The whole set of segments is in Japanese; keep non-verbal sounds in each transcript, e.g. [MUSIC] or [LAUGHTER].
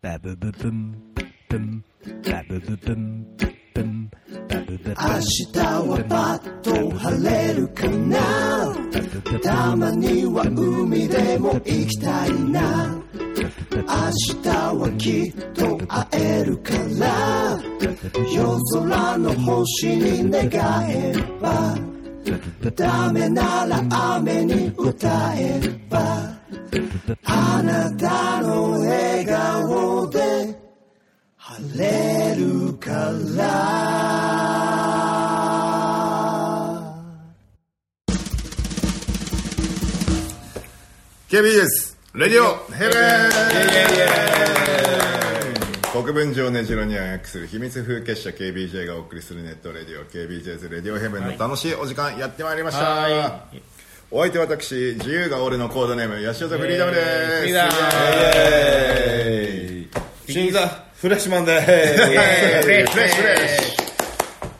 バブブブンブンバブブブンブンバブブブン明日はパッと晴れるかなたまには海でも行きたいな明日はきっと会えるから夜空の星に願えばダメなら雨に歌えばあなたの笑顔で晴れるから。 KB です。レディオヘブン国分寺をねじろに暗くする秘密風結社 KBJ がお送りするネットレディオ KBJ's レディオヘブンの楽しいお時間やってまいりました、はいお相手私自由が俺のコードネームヤシオザフリーダムでフすリーダムイエーイシンザフレッシュマンでーイエーイフレッシュフレッシ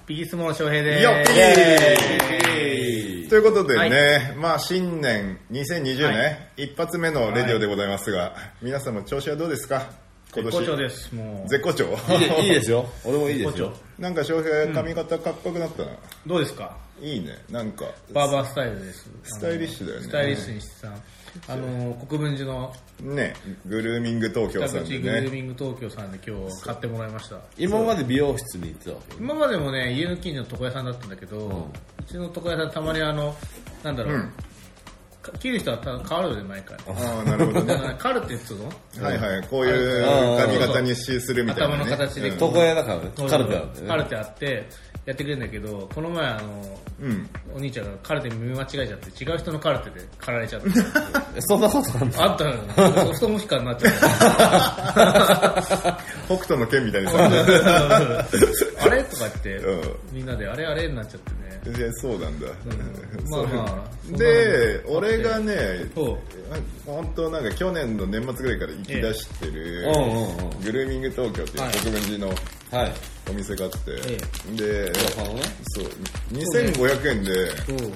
ピースモー翔平でュよっす。イエーイイということでね、はまあ新年2020年、一発目のレディオでございますが、皆様調子はどうですか今年校長です。もう。絶好調いいですよ俺もいいですよ [LAUGHS] なんか翔平髪型かっこよくなったな、どうですかいいねなんかバーバースタイルです。スタイリッシュだよねスタイリッシュにしてさ、あの、国分寺のねグルーミング東京北さんで口グルーねミング東京さんで今日買ってもらいました。今まで美容室に行ってたわけ今までもね、家の近所の床屋さんだったんだけど、うちの床屋さんたまにあの、なんだろう、か切る人はた変わるよね、毎回。ああなるほど [LAUGHS] だねからカルテっつうのはいはいこういう髪型にするみたいな、ね、頭の形でうん床屋だからねカルテなんでカルねテあって、やってくれるんだけど、この前あの、んお兄ちゃんがカルテ見間違えちゃって、違う人のカルテで駆られち [LAUGHS] ゃって。そんなことなんだあったのよ。ソフトモヒカンになっちゃ北斗の剣みたいにさった。あれとか言って、うみんなであれあれになっちゃってね。いやそうなんだ、まあまあ。で俺がねそう本当なんか去年の年末ぐらいから行き出してる、ええうんうんうんグルーミング東京っていう国分寺のはいお店があって、えであのねそう2500円でそう、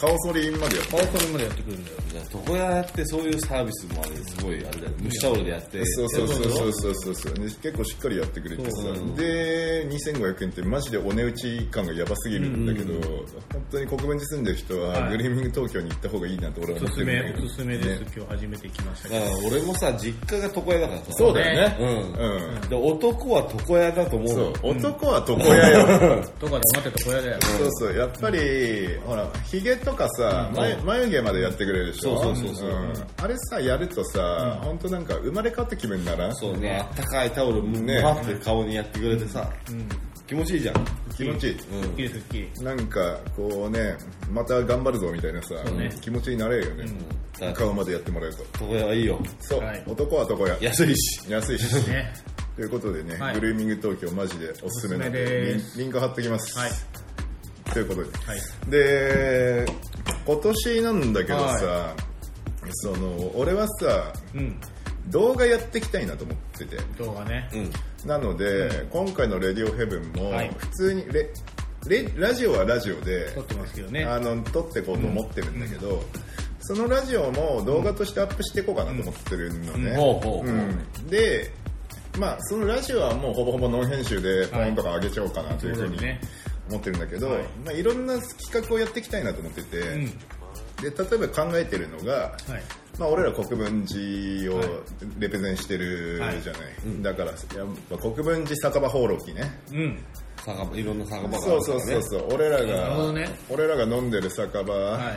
顔剃りまでやっパワーソルまでやってくるんだよ。じゃあ床屋やってそういうサービスもあれすごいあれだよ蒸しタオルでやっててそうそうそうそうそうそうで結構しっかりやってくれてさで2500円ってマジでお値打ち感がやばすぎるんだけど、本当に国分寺住んでる人ははいグリーミング東京に行った方がいいなと俺はお思っすてるすんめだけ、どおすすめです。ね今日初めて来ましたけだど。から俺もさ実家が床屋だからさそうだよねうんうんで男は床屋だと思うそのう男は床屋よ、とかで待ってた小屋だよ。そうそうやっぱりほらひげとかさ、眉眉毛までやってくれるでしょそうそうそうそうんあれさやるとさ、本当なんか生まれ変わった気分にならんそうねあったかいタオルねパって顔にやってくれてさ気持ちいいじゃん気持ちいい、すっきりすっきり。なんかこうねまた頑張るぞみたいなさ、ね気持ちになれるよね、だから顔までやってもらえると床屋はいいよそう、はい男は男や安いし安いし、 [LAUGHS] ね。ということでね、はいグルーミング東京マジでおすすめなんおすすめででリンリンク貼ってきます、はい。ということで、はい。で今年なんだけどさ、その俺はさうん。動画やっていきたいなと思ってて動画ね。うんなので、今回の「レディオヘブン」もはい普通にレ、レラジオはラジオで撮ってますけどね。あの撮ってこうと思ってるんだけど、そのラジオも動画としてアップしていこうかなと思ってるのね、ほうほうほううんでまあそのラジオはもうほぼほぼノン編集でポンとか上げちゃおうかなというふうにそうだね思ってるんだけど、はいいまあ、いろんな企画をやっていきたいなと思ってて、うん。で例えば考えてるのが、はい。まあ、俺ら国分寺をはいレプゼンしてるじゃない、だからやっぱ国分寺酒場放浪記ねうん。酒場いろんな酒場があるからそうねそうそうそう俺らなるがほどね俺らが飲んでる酒場をさい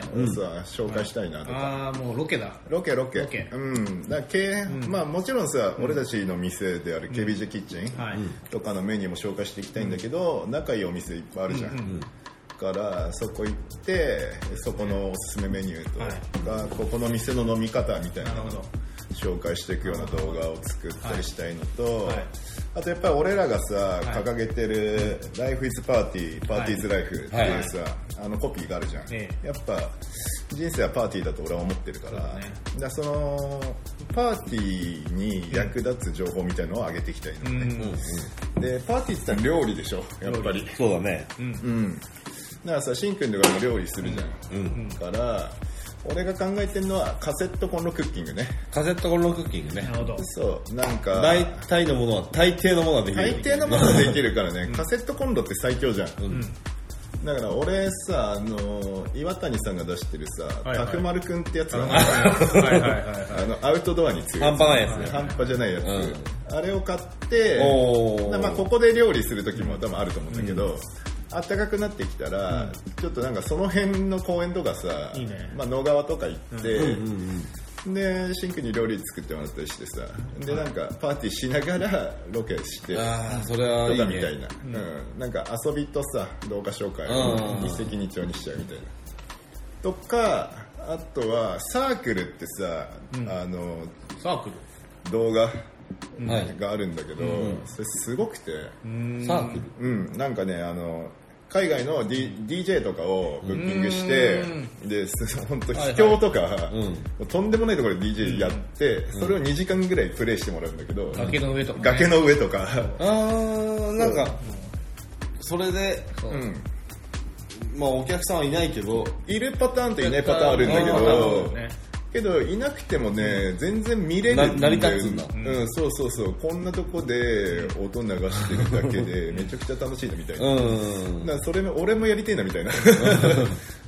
紹介したいなとかあー、もうロケだ。ロケロケロケうんだからけまあもちろんさ、俺たちの店である KBJ キッチンはい。とかのメニューも紹介していきたいんだけど、仲いいお店いっぱいあるじゃん、からそこ行ってそこのおすすめメニュはーといか、ここの店の飲み方みたいななるのほをど。紹介していくような動画を作ったりしたいのと、はいあとやっぱり俺らがさ掲げてる「Life is Party」「Party is Life」っていうさ、あのコピーがあるじゃん、えやっぱ人生はパーティーだと俺は思ってるからそうだだねからそのパーティーに役立つ情報みたいのを上げていきたいのうんね、でパーティーって言ったら料理でしょやっぱりそうだねうんだからさしんくんとかも料理するじゃん、だから俺が考えてるのはカセットコンロクッキングねカセットコンロクッキングねなるほど。そうなんか大体のものは大抵のものはできる大抵のものはできるからね、カセットコンロって最強じゃん、だから俺さあの岩谷さんが出してるさはい角丸くんってやつがはいはいはいはい。あのアウトドアに強い半端ないやつね半端じゃないやつ、あれを買っておーだからまあここで料理する時も多分あると思うんだけど、暖かくなってきたら、ちょっとなんかその辺の公園とかさいいねまあ、野川とか行って、でシンクに料理作ってもらったりしてさでなんかパーティーしながらロケしてああそれはいといかねみたいなうん、なんか遊びとさ動画紹介うをん一石二鳥にしちゃうみたいなとかあとはサークルってさ、あのサークル。動画はいがあるんだけど、それすごくてサークルうん、なんかねあの海外の、D、DJ とかをブッキングしてです [LAUGHS] 本当秘境とか、んもうとんでもないところで DJ やって、それを2時間ぐらいプレイしてもらうんだけど、崖の上とかね。崖の上とか、あーなんかそれでうん、まあお客さんはいないけどいるパターンといないパターンあるんだけあーなるほどどねけどいなくてもね全然見れるな成り立つんだうん、そうそうそうこんなとこで音流してるだけ [LAUGHS] でめちゃくちゃ楽しいのみたいな,、うんそれも俺もやりてえなみた [LAUGHS] いな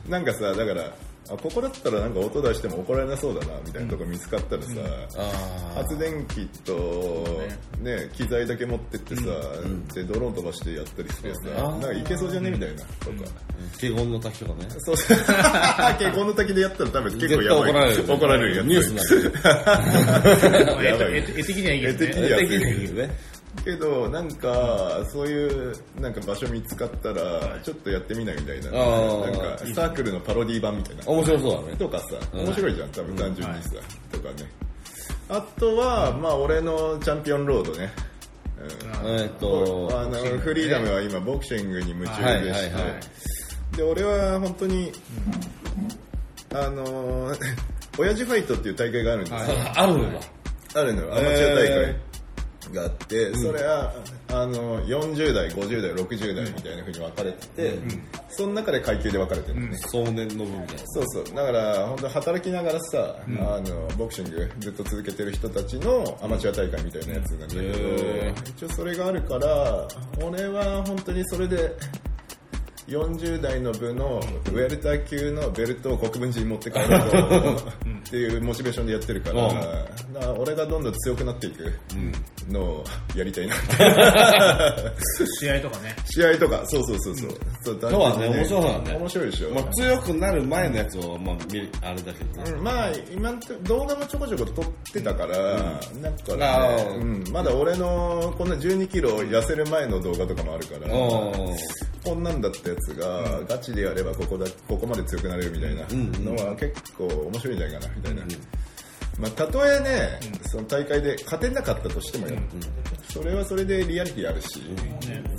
なんかさだからあここだったらなんか音出しても怒られなそうだなみたいなとこ見つかったらさ、あ発電機と、ね、機材だけ持ってってさ、でドローン飛ばしてやったりしてさ、なんかいけそうじゃねみ [LAUGHS] たいなとか、あ華厳の滝とかねそう [LAUGHS] そう。結婚の滝でやったら多分結構やばい。絶対怒怒らられれるるやよつ。ニュースになるまあ絵やばい絵絵的にはいいけど絵的ね。にはできないけどねけど、なんか、そういう、なんか場所見つかったら、ちょっとやってみないみたいな。あなーんか、サークルのパロディ版みたいな。面白そうだねとかさ、面白いじゃん、多分単純にさ。とかね。あとは、まあ、俺のチャンピオンロードね。えーっうんあとの、フリーダムは今、ボクシングに夢はい中はいではして、いで俺は本当に、あのー [LAUGHS] 親父ファイトっていう大会があるんですよ、ああるんだあるのよアマチュア大会があって、それはあの40代50代60代みたいな風に分かれてて、その中で階級で分かれてるのね、壮年の部みたいなそうそうだから本当働きながらさ、あのボクシングずっと続けてる人たちのアマチュア大会みたいなやつなんだけど、へ一応それがあるから俺は本当にそれで40代の部のウェルター級のベルトを国分寺に持って帰ろうとっていうモチベーションでやってるから,、うんだから俺がどんどん強くなっていくのをやりたいなって、 [LAUGHS] 試合とかね。試合とかそうそうそうそう,、そうそうだね面白そうだね面白いでしょ、まあ、強くなる前のやつを、まあ、見るあれだけどね。うんまあ今んとこ動画もちょこちょこ撮ってたから、なんか、ああねうん、まだ俺のこんな1 2キロ痩せる前の動画とかもあるから、おーこんなんだったやつが、ガチでやればここだここまで強くなれるみたいなのは結構面白いんじゃないかなみたいな、まあ、たとえね、その大会で勝てなかったとしてもよ、それはそれでリアリティあるし、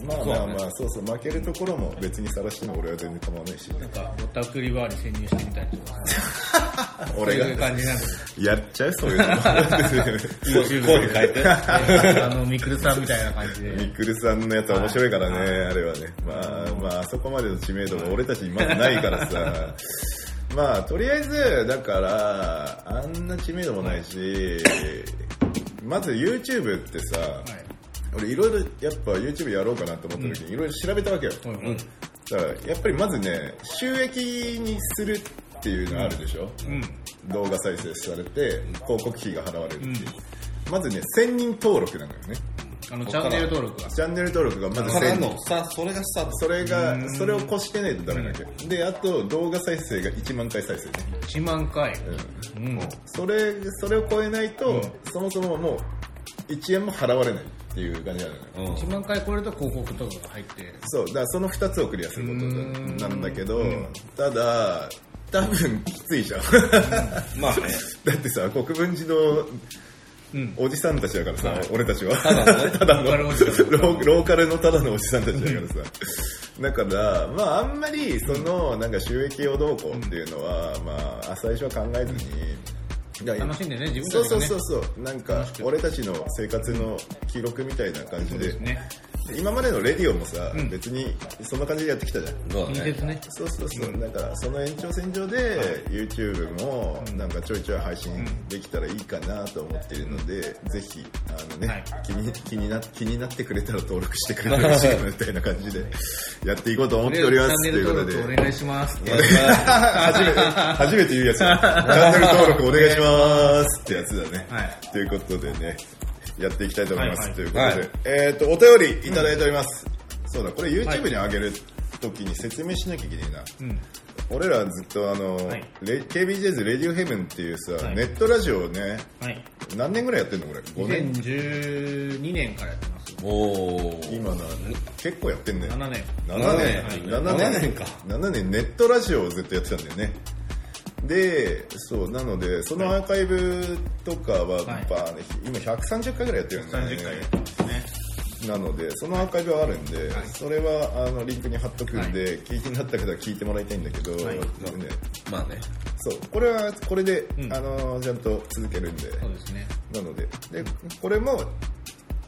まあまあまあそうそう負けるところも別にさらしても俺は全然構わないし、なんか、ぼったくりバーに潜入してみたりとか。そう俺いうが感じなんでやっちゃうそういうの声変えて。あの、ミクルさんみたいな感じミで。ックルさんのやつは面白いからね、あれはね。まあ、まあ、あそこまでの知名度が俺たちにまずないからさ。まあ、とりあえず、だから、あんな知名度もないし、まず YouTube ってさ、俺いろいろやっぱ YouTube やろうかなと思った時にいろいろ調べたわけよ。うんだからやっぱりまずね、収益にするっていうのあるでしょ、動画再生されて、広告費が払われるっていう。まずね、1000人登録なのよね。あの、チャンネル登録が。チャンネル登録がまずから1000の人。さ、それがスタート。それが、それを越してないとダメなわけ。で、あと動画再生が1万回再生ね。 1万回。うん。それ、それを超えないと、そもそももう1円も払われないっていう感じなのよ。うん。 1万回超えると広告とかが入って。そう、だからその2つをクリアすることだなんだけど、ただ、多分きついじゃん。まあね。 [LAUGHS] だってさ、国分寺の、おじさんたちだからさ、俺たちは。 [LAUGHS] ただの、ローカルおじさんローローカルのただのおじさんたちだからさ。だから、まああんまり、その、なんか収益をどうこうっていうのは、まあ、最初は考えずに、楽しんでね、自分そうたちそがうねそう。そうなんか俺たちの生活の記録みたいな感じでね。今までのレディオもさ、別にそんな感じでやってきたじゃんそうだ近ね鉄ね。そうそうそうだからその延長線上で YouTube もなんかちょいちょい配信できたらいいかなと思っているのでぜひあのね、はい気に気にな気になってくれたら登録してくれたら嬉しいなみたいな感じでやっていこうと思っておりますと [LAUGHS] チャンネいルうこ登と録おで願いします。いやまあ初めて初めて言うやつ [LAUGHS] だチャンネル登録お願いしますってやつだね、はいということでねやっていきたいと思います、はいはいということで、はいえっ、とお便りいただいております、そうだこれ YouTube に上げるときに説明しなきゃいけないな、うん。俺らずっとあの、はいレ KBJ's レディオヘブンっていうさ、はいネットラジオをね、はい。何年ぐらいやってんのこれ ?5 年2012年からやってます。おー今な、結構やってんだよ。 7年。 7年七年7七年か7年ネットラジオをずっとやってたんだよねでそうなのでそのアーカイブとかは、はいバーね今130回ぐらいやってるんだよね30回やってますね。なのでそのアーカイブはあるんで、それはあのリンクに貼っとくんで、聞いてなった方は聞いてもらいたいんだけど、はいねまあねそうこれはこれで、うんあのちゃんと続けるんでそうですね。なのででこれも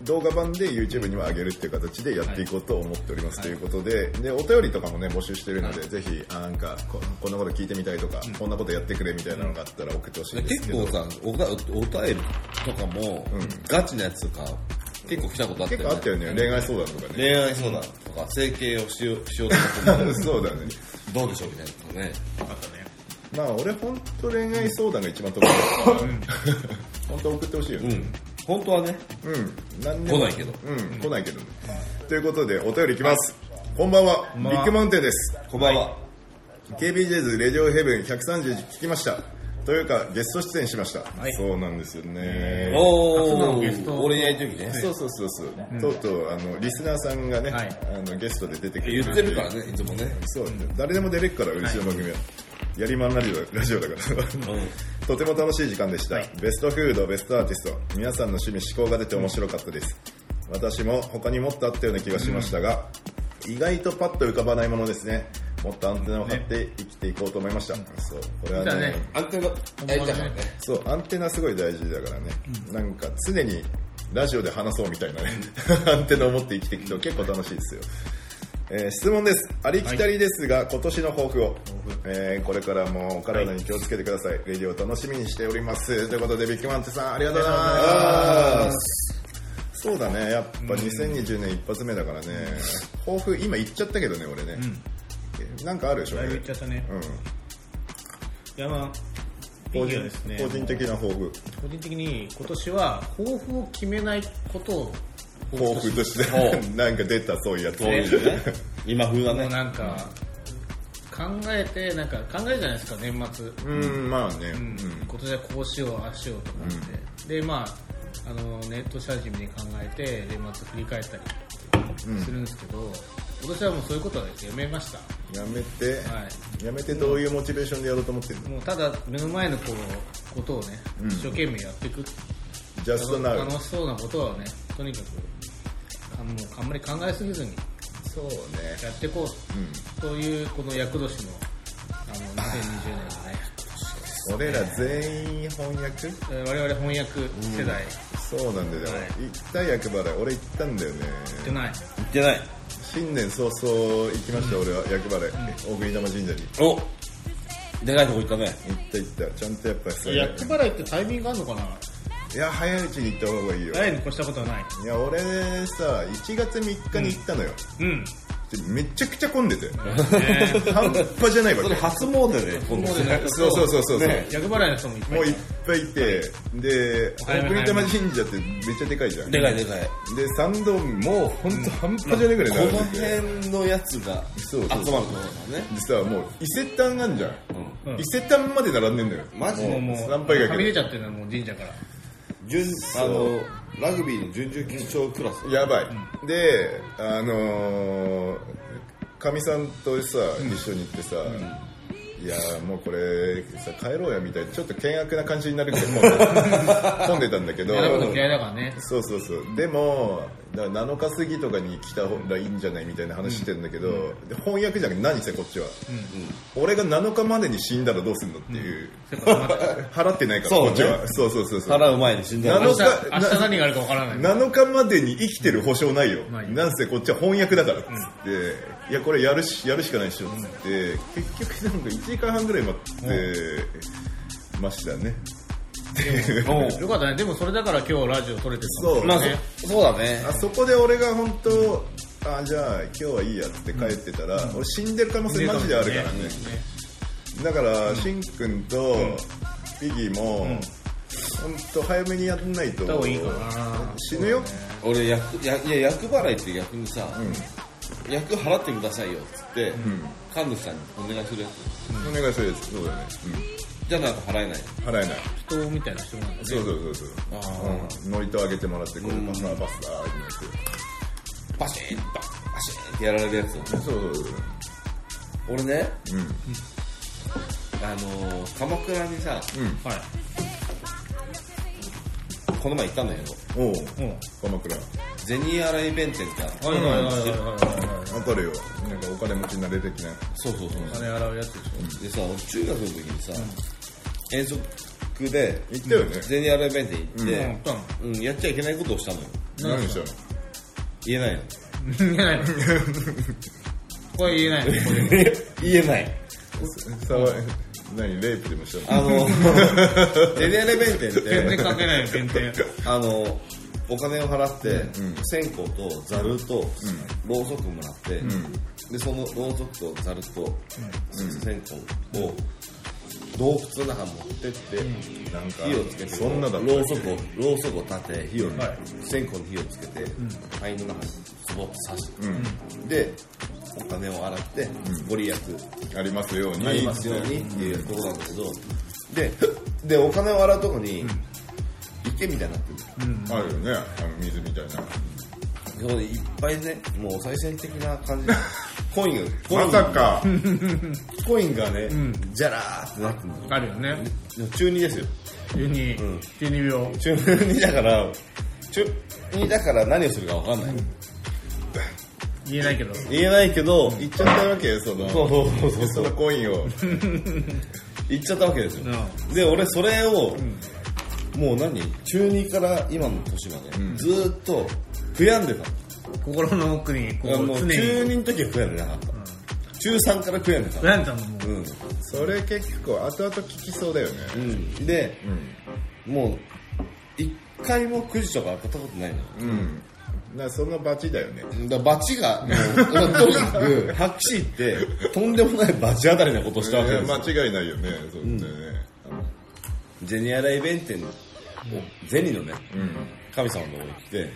動画版で YouTube にも上げるっていう形でやっていこうと思っております、はいということででお便りとかもね募集してるので、はぜひあなんかここんなこと聞いてみたいとか、こんなことやってくれみたいなのがあったら送ってほしいんです結けど構さおがお便りとかも、ガチなやつとか結構来たことあったよ結構ねあったよね恋愛相談とかね恋愛相談とか整形をしようしようと [LAUGHS] 思っても [LAUGHS] そうだねどうでしょうみたいなことねあったね。まあ俺本当恋愛相談が一番得意だから [LAUGHS] 本当送ってほしいようねん本当はねうん、何で来もないけどうん来ないけどね、ということでお便りいきます、こんばんはビんばんはッグマウンテンです小林は KBJ's レディオヘブン130聞きましたというかゲスト出演しました、いそうなんですよね初おのゲスート俺に会いたい時ねそうそうそうそう、とうとうあのリスナーさんがね、はいあのゲストで出てくる言ってるからねいつもねそう、誰でも出れっからうちの番組は、やりまんラジオラジオだからうとても楽しい時間でした、ベストフードベストアーティスト皆さんの趣味思考が出て面白かったです、私も他にもっとあったような気がしましたが、意外とパッと浮かばないものですねもっとアンテナを張って生きていこうと思いました、そうこれはだねねアンテナ大事だからねそうアンテナすごい大事だからね、なんか常にラジオで話そうみたいなね [LAUGHS] アンテナを持って生きていくと結構楽しいですよ、えー質問ですありきたりですが、今年の抱負を、えーこれからもお体に気をつけてください、レディオを楽しみにしておりますということでビッグマンテさんありがとうございますそうだねやっぱ2020年一発目だからね、抱負今言っちゃったけどね俺ね、えなんかあるでしょだいぶいっねちゃったね。うん山、い個い人よですね。個人的な抱負個人的に今年は抱負を決めないことを抱負としてそなんか出たそういうやつそういうね今風だもうねなんか考えてなんか考えるじゃないですか年末、うんまあね、うん今年はこうしようああしようとかって、でまああのネットシャジムに考えて年末振り返ったりするんですけど、今年はもうそういうことはやめました、やめて、はやめてどういうモチベーションでやろうと思ってるのい、もうただ目の前のこうことをね、一生懸命やっていくジャストナウ楽しそうなことはねとにかくあもうあんまり考えすぎずにそうねやっていこうというこの厄年のあの2020年のね俺ら全員翻訳えー我々翻訳世代そうなんだよ、はい行った役払い俺行ったんだよねじゃない言ってない新年早々行きました、俺は役払い、大国玉神社におでかいとこ行ったね行った行ったちゃんとやっぱさ厄払いってタイミングあるのかないや早いうちに行った方がいいよ誰に越したことはないいや俺さ1月3日に行ったのよ、うんでめちゃくちゃ混んでて、半端じゃないわけ [LAUGHS] それ初詣で今度ねそうそうそうそうそう、ね厄払いの人もいっぱいもういいっぱいいて、で、早大国め早め玉神社ってめっちゃでかいじゃん。でかいでかいで、参道、もうほんと半端じゃないぐらいこ並んでのて。辺のやつが集そうまそるうところだねでさ、もう伊勢丹なんじゃん。うん伊勢丹まで並んでんだよ。マジでもうもう参拝は客み出ちゃってるのはもう神社から準あうのラグビーの準々決勝クラスやばい。で、あのー、かみさんとさ、一緒に行ってさ、いやーもうこれさ帰ろうやみたいなちょっと険悪な感じになるけどもう [LAUGHS] 混んでたんだけどやること嫌いだからね。そうそうそうでもだから7日過ぎとかに来たらいいんじゃないみたいな話してんだけど、で翻訳じゃなくて何してこっちは、俺が7日までに死んだらどうすんのっていう、それからまた払ってないからそうねこっちはそうそうそうそう払う前に死んだらなの明日明日何があるかわからない。 7日までに生きてる保証ないよ、ないよなんせこっちは翻訳だからっつって、いやこれやるしやるしかないっしょっつって、結局なんか1時間半ぐらい待ってましたね、よかったね。でもそれだから今日ラジオ撮れてたもんそうまあね。そそうだねあそこで俺が本当あじゃあ今日はいいやっつって帰ってたら、俺死んでる可能性マジであるからねだから、しんくんとビギーも、本当早めにやんないとた方がいいかな死ぬよ、俺役やいや役払いって逆にさ、役払ってくださいよっつって、神主さんにお願いするやつお願いするやつそうだね、じゃないと払えないうん、払えない人みたいな人なんだね。そうそうそうそううんノイト上げてもらってこれバスターバスターってバシーンババシーンってやられるやつ言ってそうそうそう俺ねうんあのー鎌倉にさはい。この前行ったんだけどおううん。鎌倉銭洗い弁天ってあるはいはいはいはいはい。わかるよなんかお金持ちになれてきないそうそうそうお金洗うやつでしでさ俺中学の時にさ、遠足で行ったよね銭洗い弁天ょ。うん行っ。たのて、うんやっちゃいけないことをしたのよ何したの言えないの言えないの。これ言えないの。これ言えないさわ何レイプでもしたあのの、 [LAUGHS] ゼネレ弁天全っ然て、関係ないよ、全然。あの、お金を払って、線香とざると、ろうそくもらって、で、そのろうそくとざると、線香を、洞窟の中に持ってって、なんか火をつけて、そんなだったっけろうそくを、ろうそくを立て、火をはい、線香に火をつけて、灰の中にズボッと刺して、で、お金を洗って、ご利益ありますようにありますようにっていうとこなんだけど、で、で、お金を洗うとこに、池みたいになってるあるよねあの水みたいなそこでいっぱいね、もうお賽銭的な感じ [LAUGHS] で、コインが、コイまンさが、かコインがね、じゃらーってなってるのあるよね。でも中2ですよ。 12、12秒。中2だから、中2だから何をするかわかんない。言えないけど。言えないけど、行っちゃったわけそのそうそうそうそそうの、コインを行っちゃったわけですよう。ん。で、俺それを、もう何中2から今の年まで、ずーっと悔やんでたの。心の奥にこあうの常中に2の時は悔やんでなかった、中3から悔やんでたなんだもんもうん、それ結構後々効きそうだよねうん、で、もう一回もくじとか当たったことないのうんだからそのバチだよねだからバチがもう [LAUGHS] とにかく白紙ってとんでもないバチ当たりなことをしたわけですよ間違いないよねそうだよね銭洗い弁天の銭のね、神様の方に来て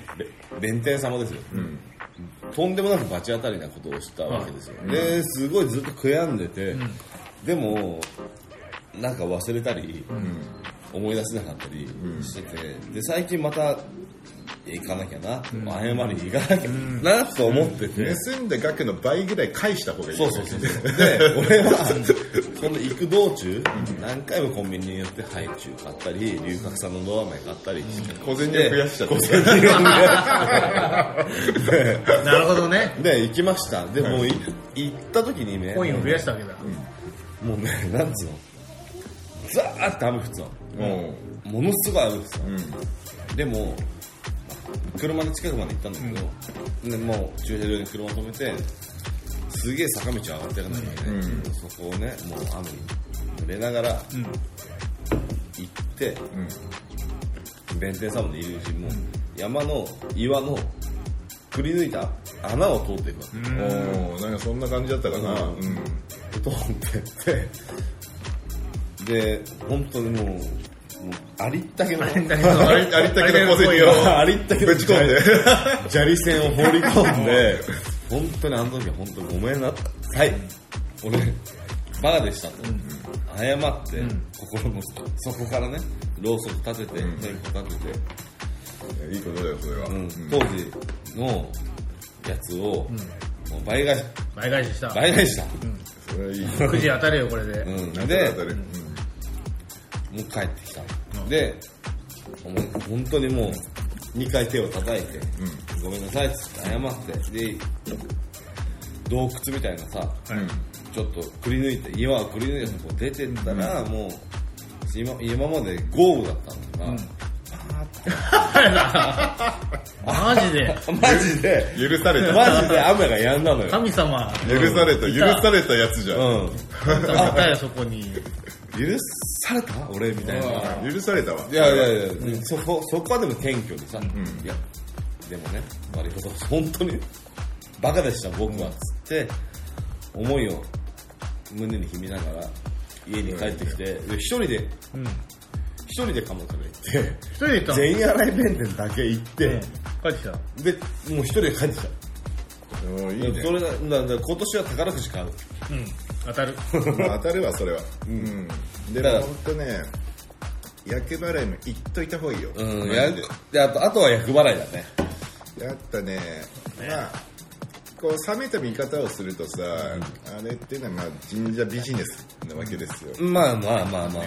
べ弁天様ですよ、とんでもなく罰当たりなことをしたわけですよ、ですごいずっと悔やんでて、でもなんか忘れたり、思い出せなかったりしてて、で最近また行かなきゃな、謝りに行かなきゃなと思ってて、盗んだ額の倍ぐらい返した方がいいそうそうそうそう。で、俺は、その行く道中、何回もコンビニに寄って、ハイチュウ買ったり、龍角散のドアメ買ったりして、小銭を増やしちゃってなるほどねで、行きました。で、もうい行った時にね、コインを増やしたわけだ、もうね、 [LAUGHS] なんつうの、ザーって雨降ってたの。もものすごい雨降ってたのう、うん、でも、車の近くまで行ったんだけど、でもう駐車場に車止めて、すげえ坂道上がっていかなきゃいけない、そこをね、もう雨に濡れながら、行って、弁天様の入り口も、山の岩のくり抜いた穴を通っていくわけ、おーなんかそんな感じだったかな、ううんん通ってって、で、本当にもう、もうありったけの、ありありったけの小銭をありったけのぶち込んで砂利線を放り込 [LAUGHS] んで、本当にあの時は本当にごめんなさい。俺、バカでしたと。謝って、心の底からね、ろうそく立てて、線香立てて、いいことだよそれは、うん当時のやつを、もう倍返し、倍返しした倍返しだ。それはい [LAUGHS] い。くじ当たれよこれで、うん、なんでで、当たる。うんもう帰ってきたの。で、もう本当にもう、2回手を叩いて、ごめんなさいっつって謝って、で、洞窟みたいなさ、ちょっとくり抜いて、岩をくり抜いてこう出てったら、もう、今今まで豪雨だったのが、 [LAUGHS] マジでマジ [LAUGHS] で、許された。マジで雨がやん [LAUGHS] だのよ。神様許された、い許たされたやつじゃ。うんん。いたよそこに許された俺みたいな。許されたわ。いやいやいや、そこ、そこはでも謙虚でさ、いや、でもね、悪いこと、本当に、バカでした、僕は、つって、思いを胸に秘めながら、家に帰ってきて、で一人で、うん一人で鴨から行って、一人で行ったの全員洗い弁天だけ行って、帰ってきたで、もう一人で帰ってきた。もういいねそ。れだ、だだ今年は宝くじ買う。うん当たるまあ当たるわ、それは。うん。で、だからほんとね、厄払いも言っといた方がいいよ。うん、マやジでであと、あとは厄払いだね。やったね、まあ、こう冷めた見方をするとさ、あれってのはまあ神社ビジネスなわけですよ。まあまあまあまあまあま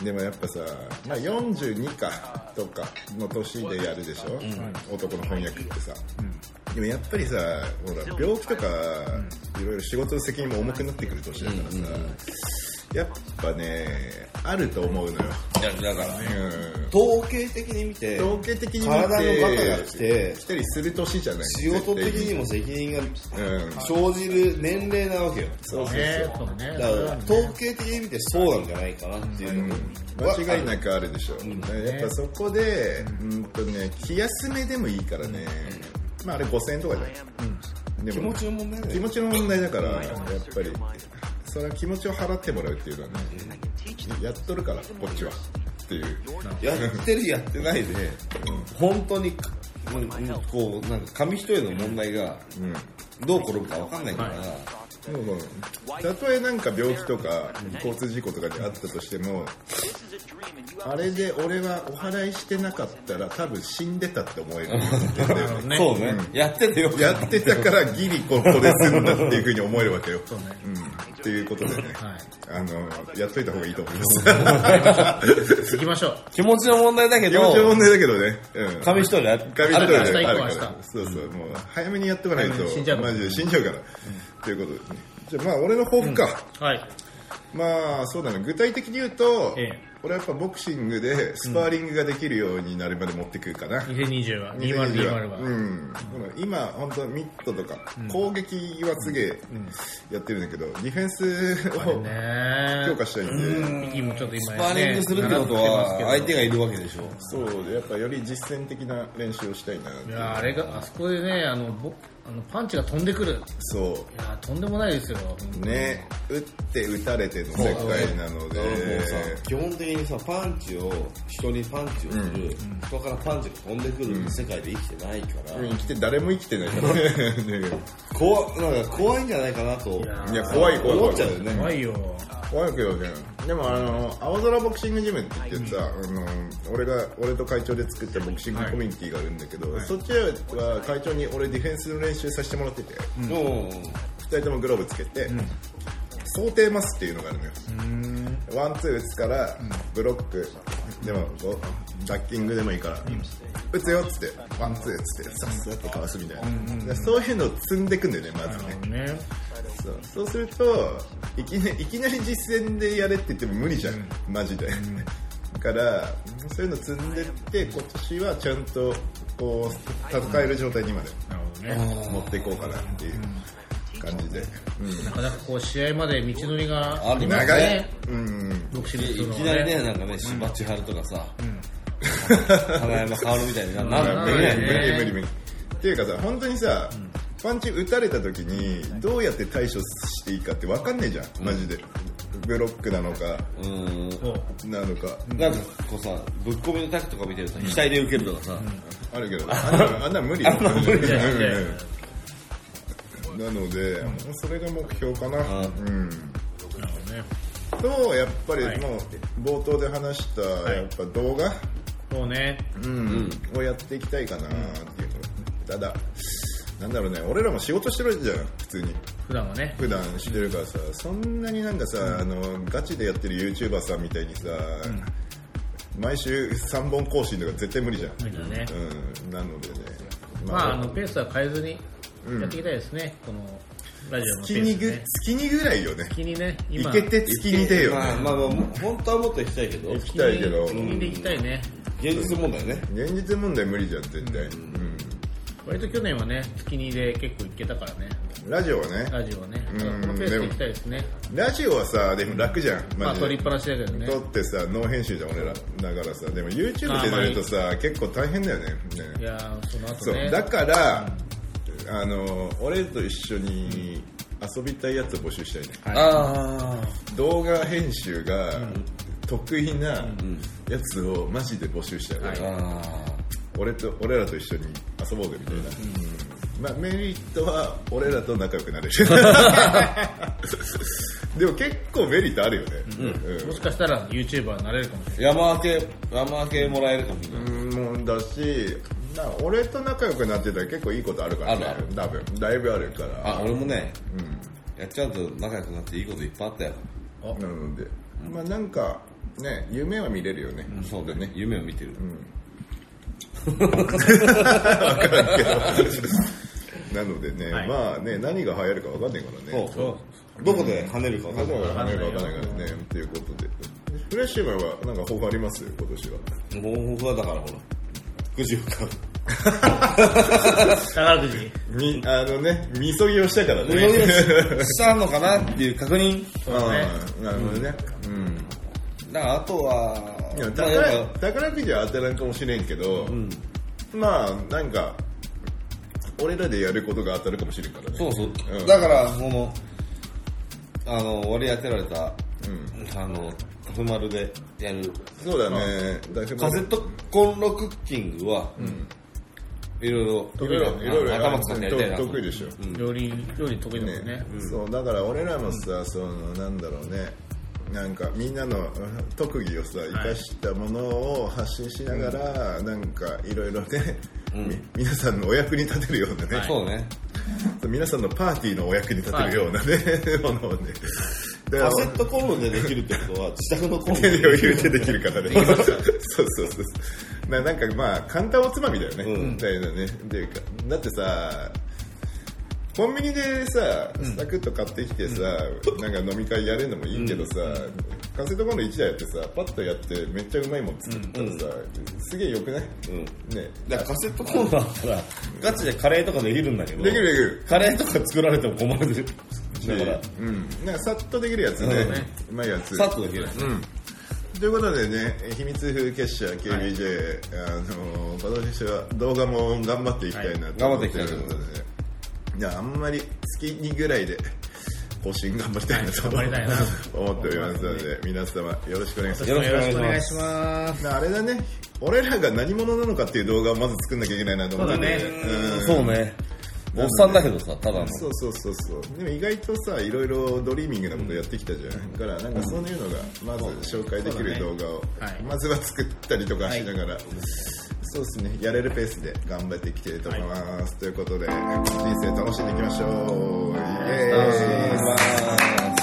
あ。でもやっぱさ、まあ、42かとかの年でやるでしょ、男の翻訳ってさ、でもやっぱりさほら病気とか、いろいろ仕事の責任も重くなってくる年だからさ、やっぱねあると思うのよ、いやだから、うん統計的に見て、統計的に見て体のバカが来て来たりする年じゃない仕事的にも責任がうん生じる年齢なわけよ。そうそうそうねそうねだから、統計的に見てそうなんじゃないかなっていうの間違いなくあるでしょ、やっぱそこで、うんとね、気休めでもいいからね、まあ、あれ5000円とかじゃん、で気も持ちの問題だ気よ。持ちの問題だから、やっぱり、それは気持ちを払ってもらうっていうのはね、やっとるから、こっちはっていう、やってるやってないで、本当に、うんこう、なんか紙一重の問題が、うん、どう転ぶかわかんないから、もうたとえなんか病気とか交通事故とかであったとしてもあれで俺はお祓いしてなかったら多分死んでたって思え [LAUGHS] るねそうね、やっててよかやったってたからギリここで済んだっていうふうに思えるわけよ、うん、っていうことでね、はいあのやっといた方がいいと思います [LAUGHS] 行きましょう気持ちの問題だけ気持ちのど問、題だけどね、うん紙一重でやって紙一重であ明日る行こうからそうそうもう早めにやっとかない早めとに死んじゃうからマジで死んじゃうから、ということでねじゃあまあ俺の抱負か、はいまあそうだね具体的に言うと、ええ俺はやっぱボクシングでスパーリングができるようになるまで持ってくるかな、 2020は2020 2020は、うん、今本当ミットとか、攻撃はすげえやってるんだけど、ディフェンスをね強化したいんで、息もちょっと今スパーリングするってことは、相手がいるわけでしょ。そうでやっぱより実践的な練習をしたいなっていやあれがあそこでねあのぼあのパンチが飛んでくるいそやとんでもないですようね打って打たれての世界なのでもうさ基本的にさパンチを人にパンチをする、人からパンチが飛んでくる世界で生きてないから、生きて誰も生きてないからねね怖なんか怖いんじゃないかなとやいや怖い怖い怖思いっちゃうよね怖いよ怖いけどねでもあの青空ボクシングジムって言ってさ、あの俺が俺と会長で作ったボクシングコミュニティがあるんだけど、そっちは会長に俺ディフェンスの練習させてもらってて、もう2人ともグローブつけて、想定マスっていうのがあるのよワンツー打つからブロックでもこうダッキングでもいいから、打つよっつってワンツーっつってさっさってかわすみたいな、でそういうのを積んでくんだよねまずねねそうそうするといきないきなり実践でやれって言っても無理じゃん、マジで、だからそういうの積んでって今年はちゃんとこう戦える状態にまでなるほどね持っていこうかなっていう感じで、なかなかこう試合まで道のりがありうん、ます長いね、うん、ボクシンいグするいのきはなりねねなんかね柴千春とかさ、花山薫みたいにななん無理できない無ね理無理無理っていうかさ本当にさ、パンチ打たれた時にどうやって対処していいかって分かんねえじゃんマジでブロックなのかうんそうなのかなんかこうさぶっ込みのタクとか見てると額で受けるとかさ、あるけど、あんなあんな無理よあんな無理だよねうんなので、それが目標かな。うん。あなるほどねと、やっぱりはいもう、冒頭で話した、いやっぱ動画、そうねうんをやっていきたいかなっていうの。ただ、なんだろうね俺らも仕事してるじゃん普通に普段はね普段してるからさそんなになんかさ、あのガチでやってる YouTuber さんみたいにさ、毎週3本更新とか絶対無理じゃん、無理だねうん、なのでねまああのペースは変えずにやっていきたいですね、このラジオの月ペーにスでぐね月にぐらいよね月にねい今けて月にでよ、ねまあまあまあ、本当はもっと行きたいけど、行きたいけど月にで行きたいね現実問題ね。現実問題無理じゃん絶対、うん割と去年はね月にで結構行けたからねラジオはねラジオはねうんだからこのペースで行きたいですねラジオはさでも楽じゃんまマあジで取りっぱなしだけどね撮ってさノー編集じゃん俺らだからさでも YouTube で出るとさ結構大変だよねねいやーそのそ後うねだから、あの俺と一緒に遊びたいやつを募集したいねああ。動画編集が得意なやつをマジで募集したい、はい俺と俺らと一緒に遊ぼうぜみたいな、うんまあ、メリットは俺らと仲良くなれる [LAUGHS] でも結構メリットあるよね、うんもしかしたら YouTuber になれるかもしれない山分け、山分けもらえるかもしれない。もんだしまあ俺と仲良くなってたら結構いいことあるからねあるある多分だいぶあるからあ、俺もね、やっちゃうと仲良くなっていいこといっぱいあったよ。なのでまあなんかね夢は見れるよね、そうだね。夢を見てる。 [LAUGHS] なのでね、はいまあね何が流行るか分かんないからねそう。どこで跳ねるか分かんない何が流行るか分かんないからねということでフレッシュマンはなんか抱負あります今年はもう僕はだからほら、くじを買う。宝くじみあのねみそぎをしたからねしたのかなっていう確認。そうね [LAUGHS] うんなるほどね、うんだからあとは、いやまあ宝やっぱ宝くじは当たらんかもしれんけど、まあなんか俺らでやることが当たるかもしれんからねそうそう。んだから、この、あの、俺当てられた、あの、カフマルでやるそうだねだいぶカセットコンロクッキングは、いろいろ、いろいろいろいろあの頭使ってやりたいなと。得意でしょ、料理料理得意だもんねねそうだから俺らもさそのなんだろうねなんかみんなのうん特技をさ生かしたものを発信しながら、なんかいろいろね、み皆さんのお役に立てるようなね、そうね。皆さんのパーティーのお役に立てるようなね、 [LAUGHS] ものをねだからカセットコンロでできるってことは、自宅のコンロ手でで余裕でできる方でそうそうそうそうななんかまあ簡単おつまみだよね、みたいなねっていうかだってさコンビニでさサクッと買ってきてさ、なんか飲み会やるのもいいけどさ、カセットコンロ1台やってさパッとやってめっちゃうまいもん作ったらさ、すげえよくない、うんねだからカセットコンロあったら、ガチでカレーとかできるんだけど、できるできるカレーとか作られても困る。だから、うん、なんかさっとできるやつね、うねまいやつさっとできる。ということでね、秘密風結社 KBJ、あのー、今年は動画も頑張っていきたいなと思ってるので、いや、あんまり月にぐらいで更新頑張りたいな [LAUGHS] と思頑張りたいなっておりますので、皆様よろしくお願いします。よろしくお願いしますますあれだね、俺らが何者なのかっていう動画をまず作んなきゃいけないなと思っててそうだねうんそうね。おっさんだけどさ、ただの。そうそうそうそうでも意外とさいろいろドリーミングなことやってきたじゃん、だからなんかそういうのがまず紹介できる動画を、だねはいまずは作ったりとかしながら、そうですねやれるペースで頑張っていきたいと思います、ということで人生楽しんでいきましょうイエーイ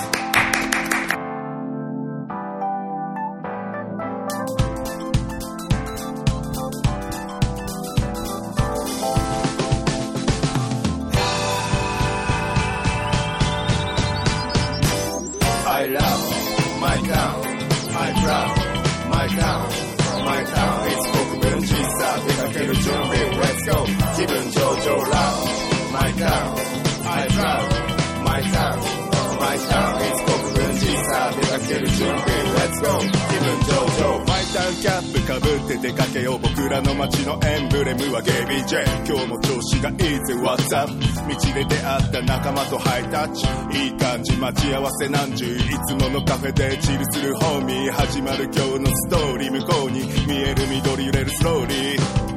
キャップかぶって出かけよう僕らの街のエンブレムはゲビー J 今日も調子がいいぜ What's up 道で出会った仲間とハイタッチいい感じ待ち合わせなんちゅういつものカフェでチルするホーミー始まる今日のストーリー向こうに見える緑揺れるスローリー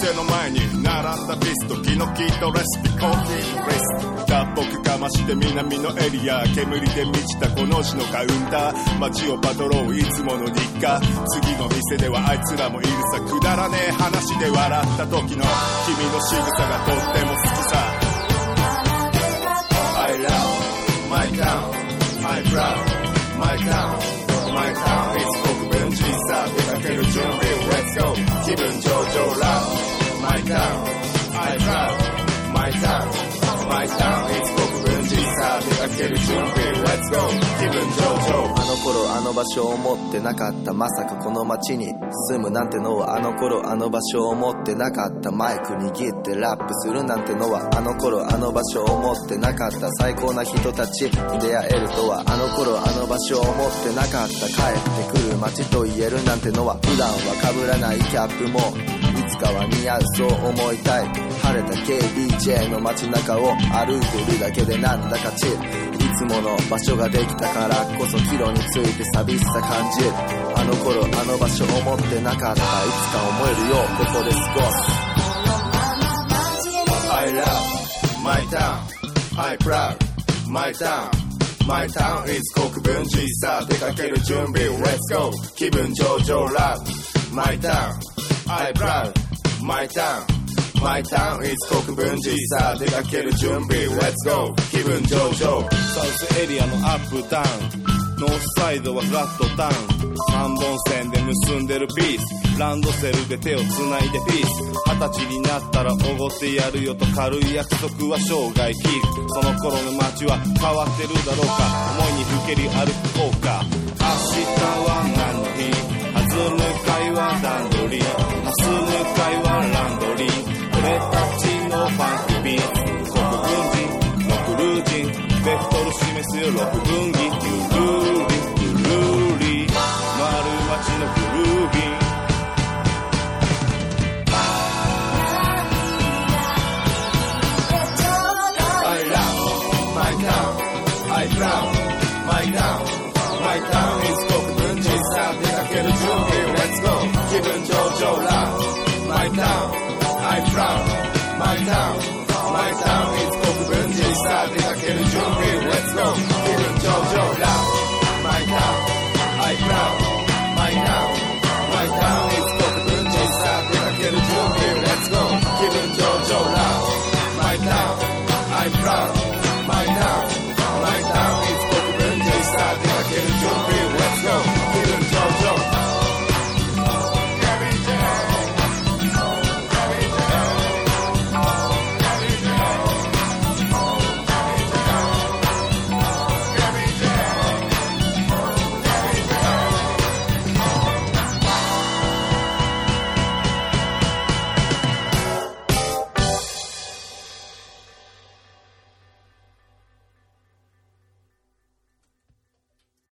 店の前に並んだピスト気の利いたレシピコーヒーのレスト脱北かまして南のエリア煙で満ちたこの市のカウンター街をパトロールいつもの日課次の店ではあいつらもいるさくだらねえ話で笑った時の君の仕草がとっても好きさ crowd My town My town It's 国分寺さあ出かける準備 Let's go 気分上々ラブ My town I proud My town My town It's 国分寺さあ出かける準備 Let's go 気分上々あの頃あの場所を持ってなかったまさかこの街に住むなんてのはあの頃あの場所を持ってなかったマイク握ってラップするなんてのはあの頃あの場所を持ってなかった最高な人たちに出会えるとはあの頃あの場所を持ってなかった帰ってくる街と言えるなんてのは普段は被らないキャップもいつかは似合うそう思いたい晴れた KBJ の街中を歩いてるだけでなんだかチルいつもの場所ができたからこそ帰路について寂しさ感じるあの頃あの場所を持ってなかったいつか思えるようここで過ごす I love my town. I proud my town. My town is 国分寺さあ出かける準備 Let's go 気分上々 Love My town I proud my town My town is 国分寺さあ出かける準備 Let's go 気分上々サウスエリアのアップダウンノースサイドはフラットダウン三本線で結んでるピースランドセルで手をつないでピース二十歳になったらおごってやるよと軽い約束は生涯キープその頃の街は変わってるだろうか思いにふけり歩こうか明日は何の日弾む会は段取り弾む会はランドリー俺たちのファンキービーツ国分寺のクルージンベクトル示すよ六分岐ゆるりゆるり丸町のグルービー気分上々 Love My town I proud